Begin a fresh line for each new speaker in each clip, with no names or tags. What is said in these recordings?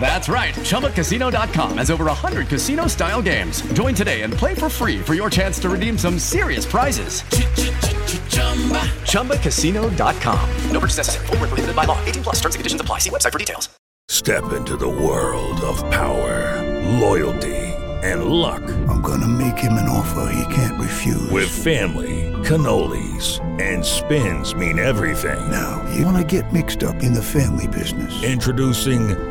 That's right. ChumbaCasino.com has over 100 casino style games. Join today and play for free for your chance to redeem some serious prizes. ChumbaCasino.com. No purchase necessary. Full prohibited by law. 18 plus terms and conditions apply. See website for details.
Step into the world of power, loyalty, and luck.
I'm going to make him an offer he can't refuse.
With family, cannolis, and spins mean everything.
Now, you want to get mixed up in the family business.
Introducing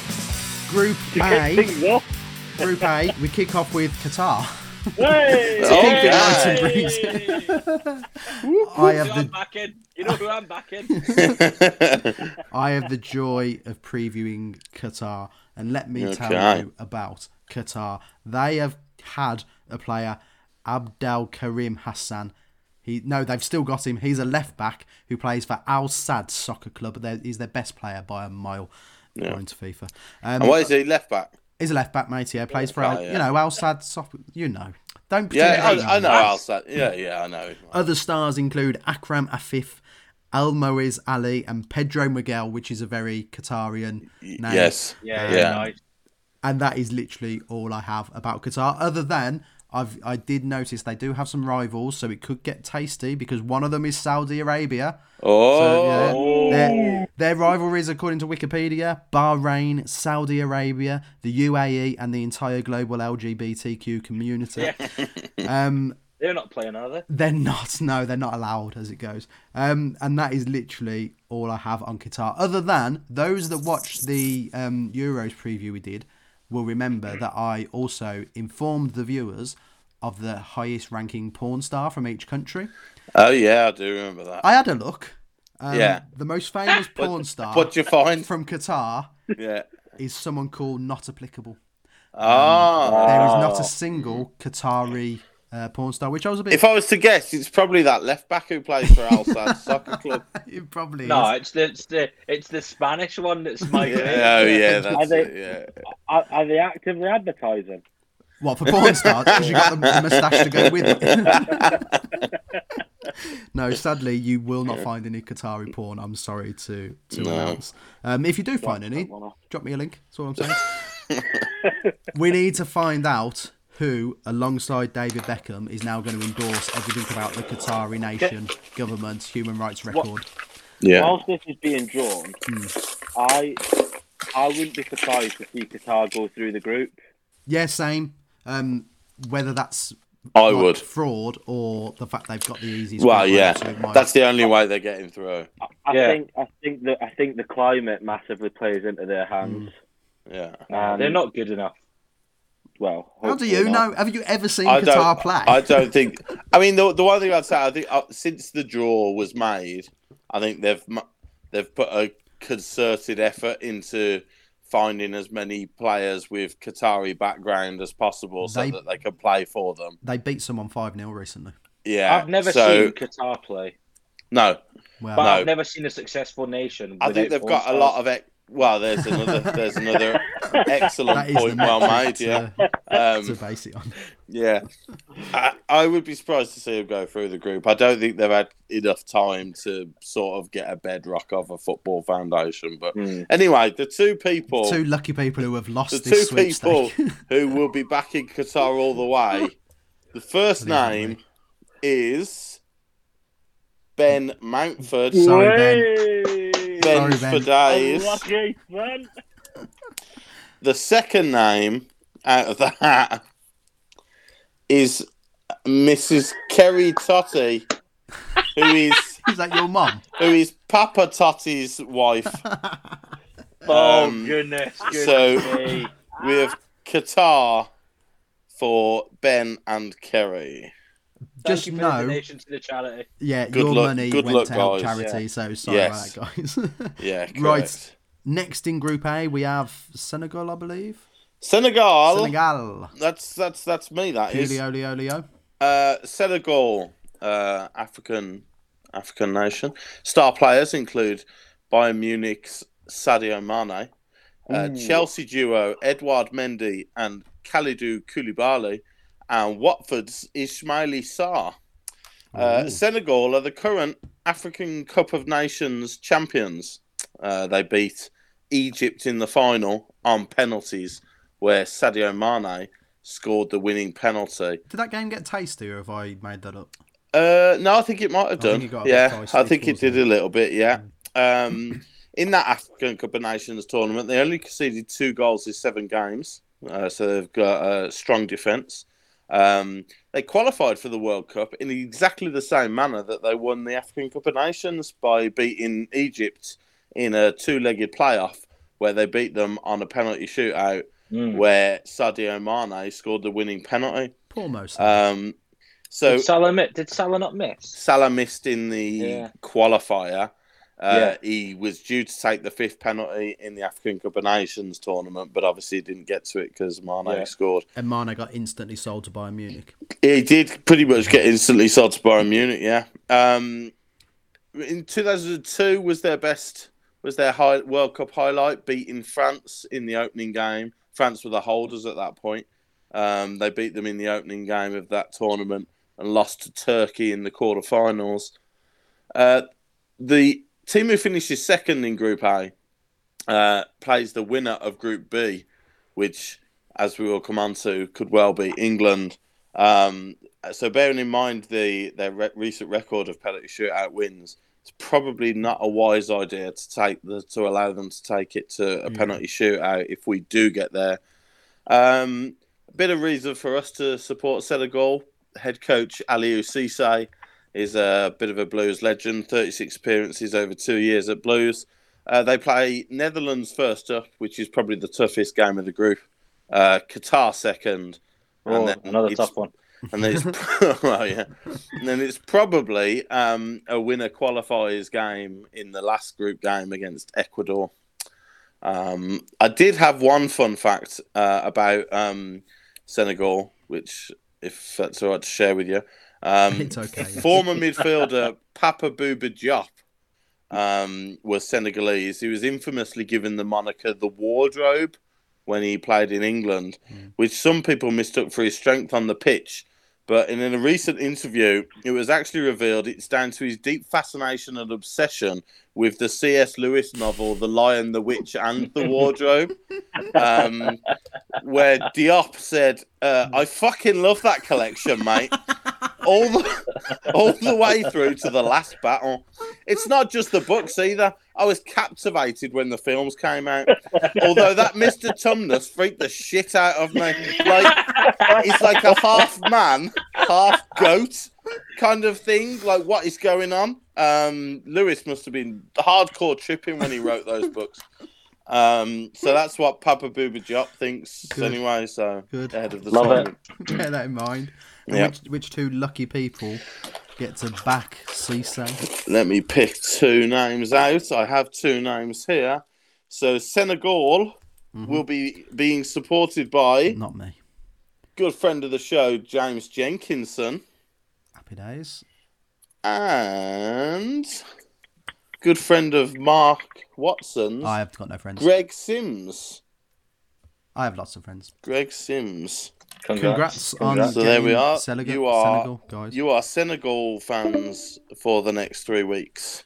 Group
Things
A,
off.
Group A, we kick off with Qatar.
Hey!
Hey!
Hey!
I
You
have
know who I'm
the
backing. You know who I'm backing.
I have the joy of previewing Qatar, and let me tell
Okay.
you about Qatar. They have had a player, Abdel Karim Hassan. He no, they've still got him. He's a left back who plays for Al Sadd Soccer Club. They're- he's their best player by a mile, according to FIFA. Um,
And why is he left back?
He's a left back, mate. Yeah, plays for Al,
yeah.
you know Al Sadd Soccer. You know, don't
Yeah,
pretend you
I, I know. I'll say. Yeah, yeah, I know.
Other stars include Akram Afif, Al Moiz Ali, and Pedro Miguel, which is a very Qatarian name.
Yes.
Yeah,
Yeah.
nice.
And that is literally all I have about Qatar. Other than I've I did notice they do have some rivals, so it could get tasty because one of them is Saudi Arabia.
Oh,
So, yeah, their, their rivalries, according to Wikipedia, Bahrain, Saudi Arabia, the UAE, and the entire global LGBTQ community.
They're not playing, are they?
They're not. No, they're not allowed as it goes. Um, and that is literally all I have on Qatar. Other than those that watched the um, Euros preview we did will
Mm.
remember that I also informed the viewers of the highest ranking porn star from each country.
oh yeah, I do remember that.
I had a look. Um,
Yeah.
The most famous porn star
What'd you find?
from Qatar
yeah.
is someone called Not Applicable. Um,
Ah.
There is not a single Qatari uh, porn star, which I was a bit.
If I was to guess, it's probably that left back who plays for Al Sadd Soccer Club.
it probably is.
No, it's the it's the it's the Spanish one that's my.
Yeah, oh yeah,
Are
that's
they-
it. Yeah.
Are, are they actively advertising?
What for porn stars? Because you got the, the moustache to go with it. no, sadly, you will not find any Qatari porn. I'm sorry to to announce. Um, if you do find any, drop me a link. That's all I'm saying. we need to find out who, alongside David Beckham, is now going to endorse everything about the Qatari nation, government, human rights record.
Yeah.
Whilst this is being drawn,
Hmm.
I I wouldn't be surprised to see Qatar go through the group.
Yeah, same. Um, whether that's
I
like,
would.
fraud or the fact they've got the easiest.
Well,
route
yeah.
to it might-
That's the only way they're getting through.
I
Yeah.
think I think that I think the climate massively plays into their hands.
Yeah.
Um, they're not good enough. Well,
Hmm. How do
hopefully
you
not.
know? Have you ever seen
I
Qatar
don't.
play?
I don't think. I mean, the, the one thing I'd say, I think uh, since the draw was made, I think they've mu- they've put a concerted effort into finding as many players with Qatari background as possible, so
They-
that they can play for them.
They beat someone 5 0 recently.
Yeah,
I've never
so,
seen Qatar play,
No,
Well,
but
No.
I've never seen a successful nation.
I
without
think they've got a
all-stars.
lot of. Ex- well, there's another. there's another excellent
that is
point
the
well
metric
made. Yeah, Um,
to- to base it on.
Yeah, I, I would be surprised to see him go through the group. I don't think they've had enough time to sort of get a bedrock of a football foundation. But
Hmm.
anyway, the two people,
Two lucky people who have lost
the
this
two people
sweepstake.
who will be back in Qatar all the way. The first name is Ben Mountford.
Sorry, Ben.
Hey!
Ben
Sorry, Ben.
for days.
Oh,
Unlucky, man.
The second name out of the hat is Mrs. Kerry Totty, who is
Is that your mum?
who is Papa Totty's wife.
Oh
Um,
goodness, goodness
so-
me.
We have Qatar for Ben and Kerry.
Thank
Just
you for
know-
the donation to the charity.
Yeah,
Good
your
luck-
money
good
went
luck,
to help
guys.
charity, so sorry
Yes.
about that, guys.
Yeah, correct.
Right. Next in Group A, we have Senegal, I believe.
Senegal.
Senegal.
That's that's that's me. That is
Julio, Leo, Leo.
Uh, Senegal, uh, African African nation. Star players include Bayern Munich's Sadio Mane, uh, Chelsea duo Edouard Mendy and Kalidou Koulibaly, and Watford's Ismaili Sarr. Uh, Senegal are the current African Cup of Nations champions. Uh, they beat Egypt in the final on penalties, where Sadio Mane scored the winning penalty.
Did that game get tasty, or have I made that up?
Uh, no, I think it might have
think
done.
it got a bit
yeah,
dicey,
I think it
wasn't
did a little bit. Yeah.
Mm.
Um, in that African Cup of Nations tournament, they only conceded two goals in seven games, uh, so they've got a strong defence. Um, they qualified for the World Cup in exactly the same manner that they won the African Cup of Nations by beating Egypt in a two-legged playoff, where they beat them on a penalty shootout,
Mm.
where Sadio Mane scored the winning penalty.
Poor Mo Salah.
Um, so
Did Salah, mi- did Salah not miss?
Salah missed in the
Yeah.
qualifier. Uh,
Yeah.
He was due to take the fifth penalty in the African Cup of Nations tournament, but obviously didn't get to it because Mane
Yeah.
scored.
and Mane got instantly sold to Bayern Munich.
He did pretty much get instantly sold to Bayern Munich. Yeah. Um, in 2002 was their best, was their high, World Cup highlight, beating France in the opening game. France were the holders at that point. Um, they beat them in the opening game of that tournament and lost to Turkey in the quarterfinals. Uh, the team who finishes second in Group A uh, plays the winner of Group B, which, as we will come on to, could well be England. Um, so, bearing in mind the their re- recent record of penalty shootout wins, it's probably not a wise idea to take the, to allow them to take it to
Hmm.
a penalty shootout if we do get there. Um, a bit of reason for us to support Senegal. Head coach Aliou Cisse is a bit of a Blues legend. 36 appearances over two years at Blues. Uh, they play Netherlands first up, which is probably the toughest game of the group. Uh, Qatar second.
Oh, another
it's-
tough one.
And then it's, well, yeah. and then it's probably um, a winner qualifiers game in the last group game against Ecuador. Um, I did have one fun fact uh, about um, Senegal, which, if that's all right to share with you, um,
It's okay.
former midfielder Papa Bouba Diop um, was Senegalese. He was infamously given the moniker the Wardrobe when he played in England, which some people mistook for his strength on the pitch. But in a recent interview, it was actually revealed it's down to his deep fascination and obsession with the C.S. Lewis novel, The Lion, the Witch, and the Wardrobe, um, where Diop said, uh, I fucking love that collection, mate. All the, all the way through to the last battle. It's not just the books either. I was captivated when the films came out. Although that Mr. Tumnus freaked the shit out of me. Like, it's like a half man, half goat kind of thing. Like, what is going on? Um, Lewis must have been hardcore tripping when he wrote those books. Um, so that's what Papa Booba Jop thinks anyway. So
Good.
ahead of the
Love it.
Bear
tournament.
that in mind. And
Yeah.
Which, which two lucky people get to back Cisse?
Let me pick two names out. I have two names here. So Senegal
Mm-hmm.
will be being supported by
Not me.
good friend of the show James Jenkinson.
Happy days.
and good friend of Mark Watson's,
I have got no friends.
Greg Sims.
I have lots of friends.
Greg Sims.
Congrats, on
Congrats.
So there we
getting
are.
Senegal,
you are
Senegal, guys.
you are Senegal fans for the next three weeks.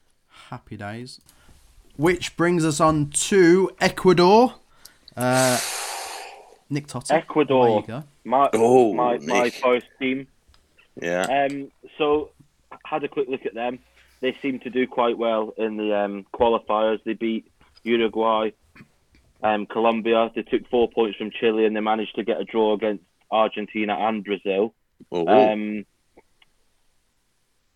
Happy days. Which brings us on to Ecuador. Uh, Nick Totti. There
Ecuador,
you go.
my
Oh,
my my
Nick.
first team.
Yeah.
Um, so had a quick look at them. They seem to do quite well in the um, qualifiers. They beat Uruguay, um, Colombia. They took four points from Chile, and they managed to get a draw against Argentina and Brazil.
Oh,
Um,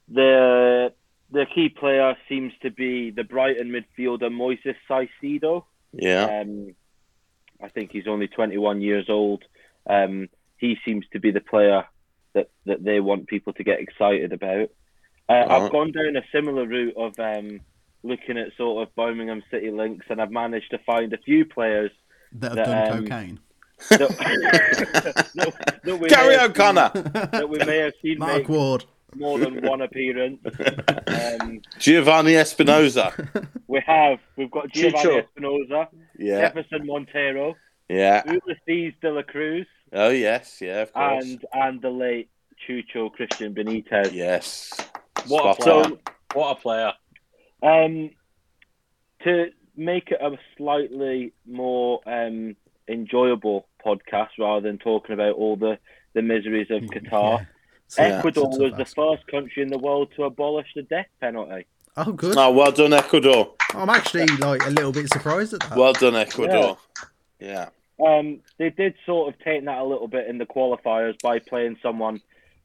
the the key player seems to be the Brighton midfielder Moises Caicedo.
yeah.
Um, I think he's only 21 years old. Um, he seems to be the player that, that they want people to get excited about. Uh,
Right.
I've gone down a similar route of um, looking at sort of Birmingham City links, and I've managed to find a few players
That have
That,
done
um,
cocaine.
that, that- that we may
Gary
have seen-
O'Connor,
that we may have seen
Mark
make
Ward.
more than one appearance. Um,
Giovanni Espinoza.
we have we've got Giovanni
Chicho.
Espinosa,
Yeah.
Jefferson Montero,
Yeah.
Ulysses De La Cruz.
Oh yes. Yeah. Of course.
and and the late Chucho Christian Benitez.
yes.
What a
Spot on.
player. What a player.
Um, to make it a slightly more um, enjoyable podcast rather than talking about all the, the miseries of Qatar, Ecuador
That's a
was
tough
the
ask.
first country in the world to abolish the death penalty.
Oh, good.
Oh, well done, Ecuador.
I'm actually like a little bit surprised at that.
Well done, Ecuador. Yeah.
Um, they did sort of take that a little bit in the qualifiers by playing someone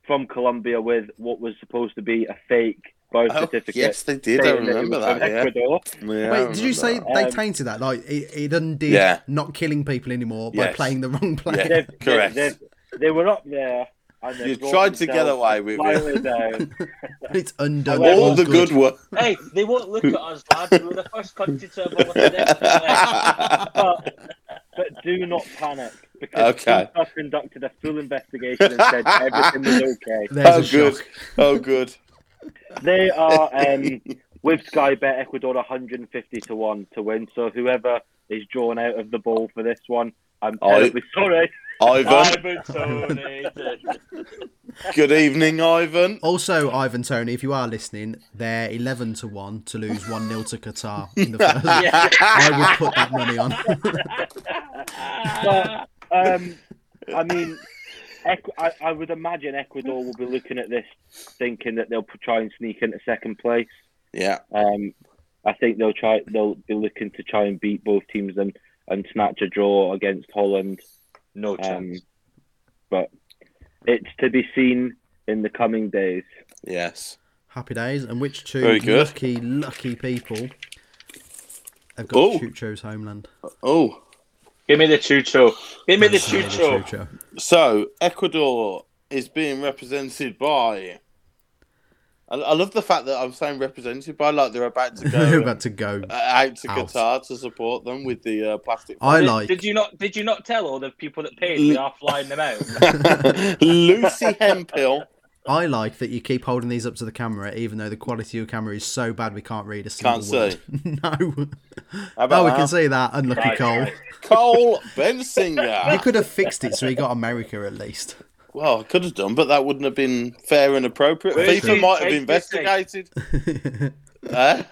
from Colombia with what was supposed to be a fake birth
Oh,
certificate.
yes, they did. I
saying it
remember
was
that.
from
Yeah.
Ecuador.
Wait,
yeah I
did you
remember
say
that.
they
Um,
tainted that? Like it, it undid
Yeah.
not killing people anymore by
Yes.
playing the wrong player.
Yeah.
They've-
Correct.
They, they, they were up there. And they
You
brought
tried to get
themselves
away with it.
slightly down.
It's undone.
All the good work.
Hey, they won't look at us, lads. We're the first country to have won the next eh?
but, but do not panic because
Okay.
FIFA conducted a full investigation and said everything was okay.
There's
Oh
a
good.
shock.
Oh good.
They are um, with Sky Bet Ecuador 150 to one to win. So whoever is drawn out of the ball for this one, I'm
Oh, it-
terribly sorry.
Ivan.
Ivan Tony.
Good evening, Ivan.
Also, Ivan Tony, if you are listening, they're eleven to one to lose one 0 to Qatar in the first. I would put that money on.
But um, I mean, Equ- I, I would imagine Ecuador will be looking at this thinking that they'll try and sneak into second place.
Yeah.
Um, I think they'll try. They'll be looking to try and beat both teams and, and snatch a draw against Holland.
No
Um,
chance.
but it's to be seen in the coming days.
Yes.
Happy days, and which two
Very good.
lucky, lucky people have got
Oh.
Chucho's homeland?
Oh.
Give me the Chucho. Give me the
Sorry, the
Chucho.
Chucho.
So Ecuador is being represented by. I, I love the fact that I'm saying represented by like they're about to
They're
go
about to go.
uh, out to
Out. Oh.
Qatar to support them with the uh, plastic.
I
Did-
like.
Did you not? Did you not tell all the people that paid? We are flying them out.
Lucy Hempill.
I like that you keep holding these up to the camera, even though the quality of your camera is so bad we can't read a single
Can't
word. no.
How
Oh,
about
we can
that?
see that. Unlucky Cole.
Cole Bensinger.
You could have fixed it so he got America at least.
Well, I could have done, but that wouldn't have been fair and appropriate.
Where is
FIFA
he?
might have
Take
investigated. Eh?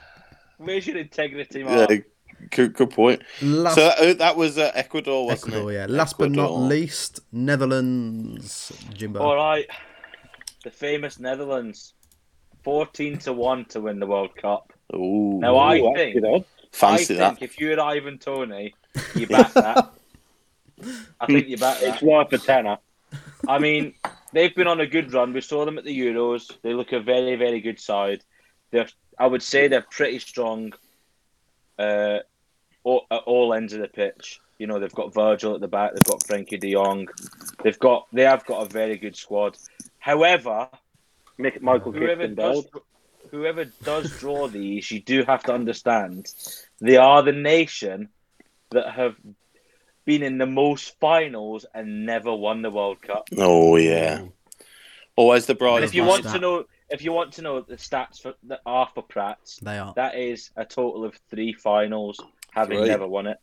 Where's your integrity,
yeah,
man?
good, good point.
Last
So that, uh, that was uh, Ecuador, wasn't
Ecuador,
it?
yeah. Last but not
Ecuador.
least, Netherlands. Jimbo.
All right. The famous Netherlands, fourteen to one to win the World Cup.
Ooh,
Now I think, I
fancy
think
that.
if you're Ivan Tony, you back that. I think you back that.
It's worth a tenner.
I mean, they've been on a good run. We saw them at the Euros. They look a very, very good side. They're, I would say, they're pretty strong. Uh, all, at all ends of the pitch. You know, they've got Virgil at the back. They've got Frankie De Jong. They've got they have got a very good squad. However,
Mick- Michael
whoever
Crichton
does,
Dowd.
whoever does draw these, you do have to understand they are the nation that have been in the most finals and never won the World Cup.
Oh yeah, always the bride.
And
of
if you
Master.
want
stat.
to know, if you want to know the stats for that are for Prats,
they are.
that is a total of three finals having
Right.
never won it.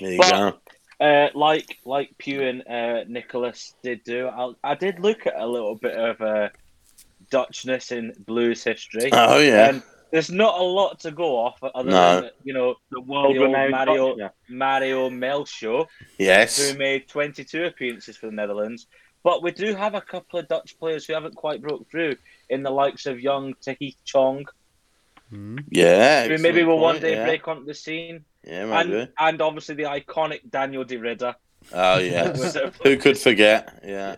there you
But-
go.
Uh, like like Pew and uh, Nicholas did do, I, I did look at a little bit of uh, Dutchness in blues history.
Oh, yeah.
And there's not a lot to go off other
No.
than you know the
world
old
renowned
Mario
Dutchner.
Mario Mel show,
Yes.
who made 22 appearances for the Netherlands. But we do have a couple of Dutch players who haven't quite broke through in the likes of young Tahith Chong,
Yeah.
who maybe
excellent
will one
point,
day
yeah.
break onto the scene.
Yeah, maybe.
And, and obviously the iconic Daniel De Ridder.
Oh yes. Who could forget? Yeah.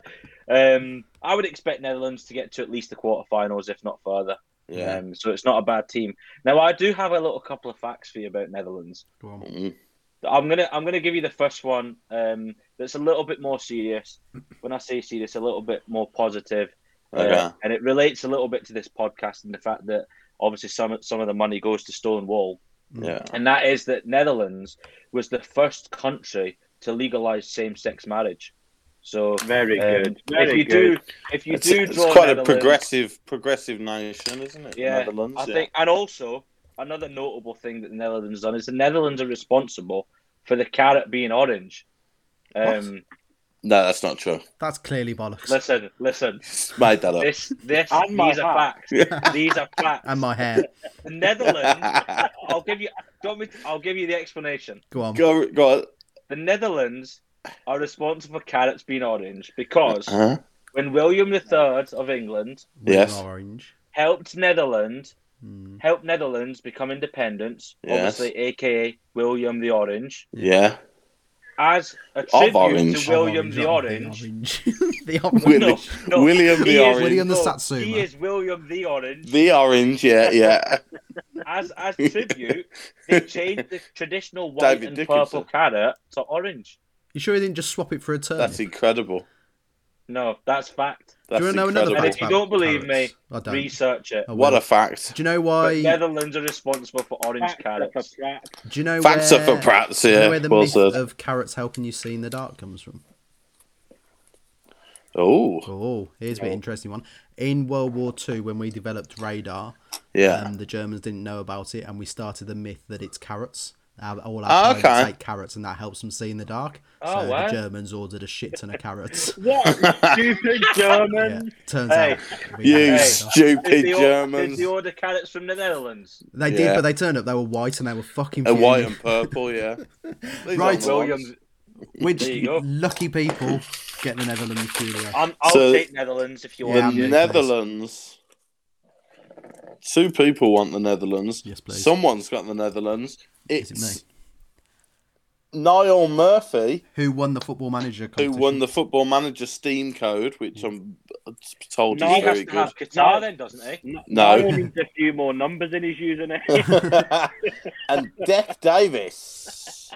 Um, I would expect Netherlands to get to at least the quarterfinals, if not further.
Yeah.
Um, so it's not a bad team. Now I do have a little couple of facts for you about Netherlands.
Go on.
Mm,
I'm gonna I'm gonna give you the first one um, that's a little bit more serious. When I say serious, a little bit more positive, uh,
Okay.
and it relates a little bit to this podcast and the fact that obviously some some of the money goes to Stonewall,
Mm.
Yeah.
and that is that Netherlands was the first country to legalize same-sex marriage. So
Very
um,
good, very
if you
good.
do, if you
It's,
do,
it's
draw
quite
Netherlands,
a progressive progressive nation, isn't it?
yeah,
Netherlands.
I
yeah.
think, and also another notable thing that the Netherlands has done is the Netherlands are responsible for the carrot being orange. Um,
No, that's not true.
That's clearly bollocks.
listen, listen.
Made that up.
This, this,
And my
these are facts. These are facts.
And my hair.
The Netherlands. I'll give you. Don't me, I'll give you the explanation.
Go on.
Go, go on.
The Netherlands are responsible for carrots being orange because
Uh-huh.
Huh?
when William III of England
Yes.
Orange. Hmm.
helped Netherlands helped Netherlands become independent,
Yes.
obviously aka William the Orange.
Yeah.
As a
Of
tribute
orange.
to William
Orange,
the Orange.
orange. the orange.
Willi-
No, no.
William the
He is-
Orange.
William the
no,
Satsuma.
He is William the Orange.
The orange. Yeah. Yeah.
As as tribute, they changed the traditional white
David
and
Dickinson.
purple carrot to orange.
You sure he didn't just swap it for a turn?
That's incredible.
No, that's fact.
Do
That's
you wanna know another
And
incredible.
fact
if you
about
don't believe
carrots? I
me,
don't.
research it.
I
What
will.
a fact.
Oh, Do you know
But
why?
Netherlands are responsible for orange carrots.
Do you know
Facts
where,
are for prats.
do you know
Yeah.
where the
Well
myth
said.
of carrots helping you see in the dark comes from?
Oh.
Oh, here's a bit interesting one. In World War Two, when we developed radar,
Yeah.
um, the Germans didn't know about it, and we started the myth that it's carrots. Our- All
Ah,
our pilots
okay.
take carrots, and that helps them see in the dark.
Oh,
so
wow.
the Germans ordered a shit ton of carrots.
Stupid
yeah,
German.
turns
Hey.
out we had
You
Hey.
radar.
Did
stupid
they, or- did
Germans.
they order carrots from the Netherlands?
They
Yeah.
did, but they turned up. They were white, and they were fucking.
And white
fuming.
and purple. Yeah. These
Right.
aren't the
Williams.
ones.
We're
you go.
just lucky people get the Netherlands Julia.
I'm, I'll
So-
take Netherlands if you
Yeah,
want.
I'm-
Ah, The
please.
Netherlands. Two people want the Netherlands.
Yes, please.
Someone's got the Netherlands. It's
it
Niall Murphy
Who won the football manager?
who
Competition?
won the Football Manager Steam code, which I'm told
He
is
has
very
to
good.
have Qatar then, doesn't he?
No.
He needs a few more numbers in his username.
and Deck Davis.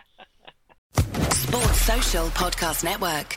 Sports Social Podcast Network.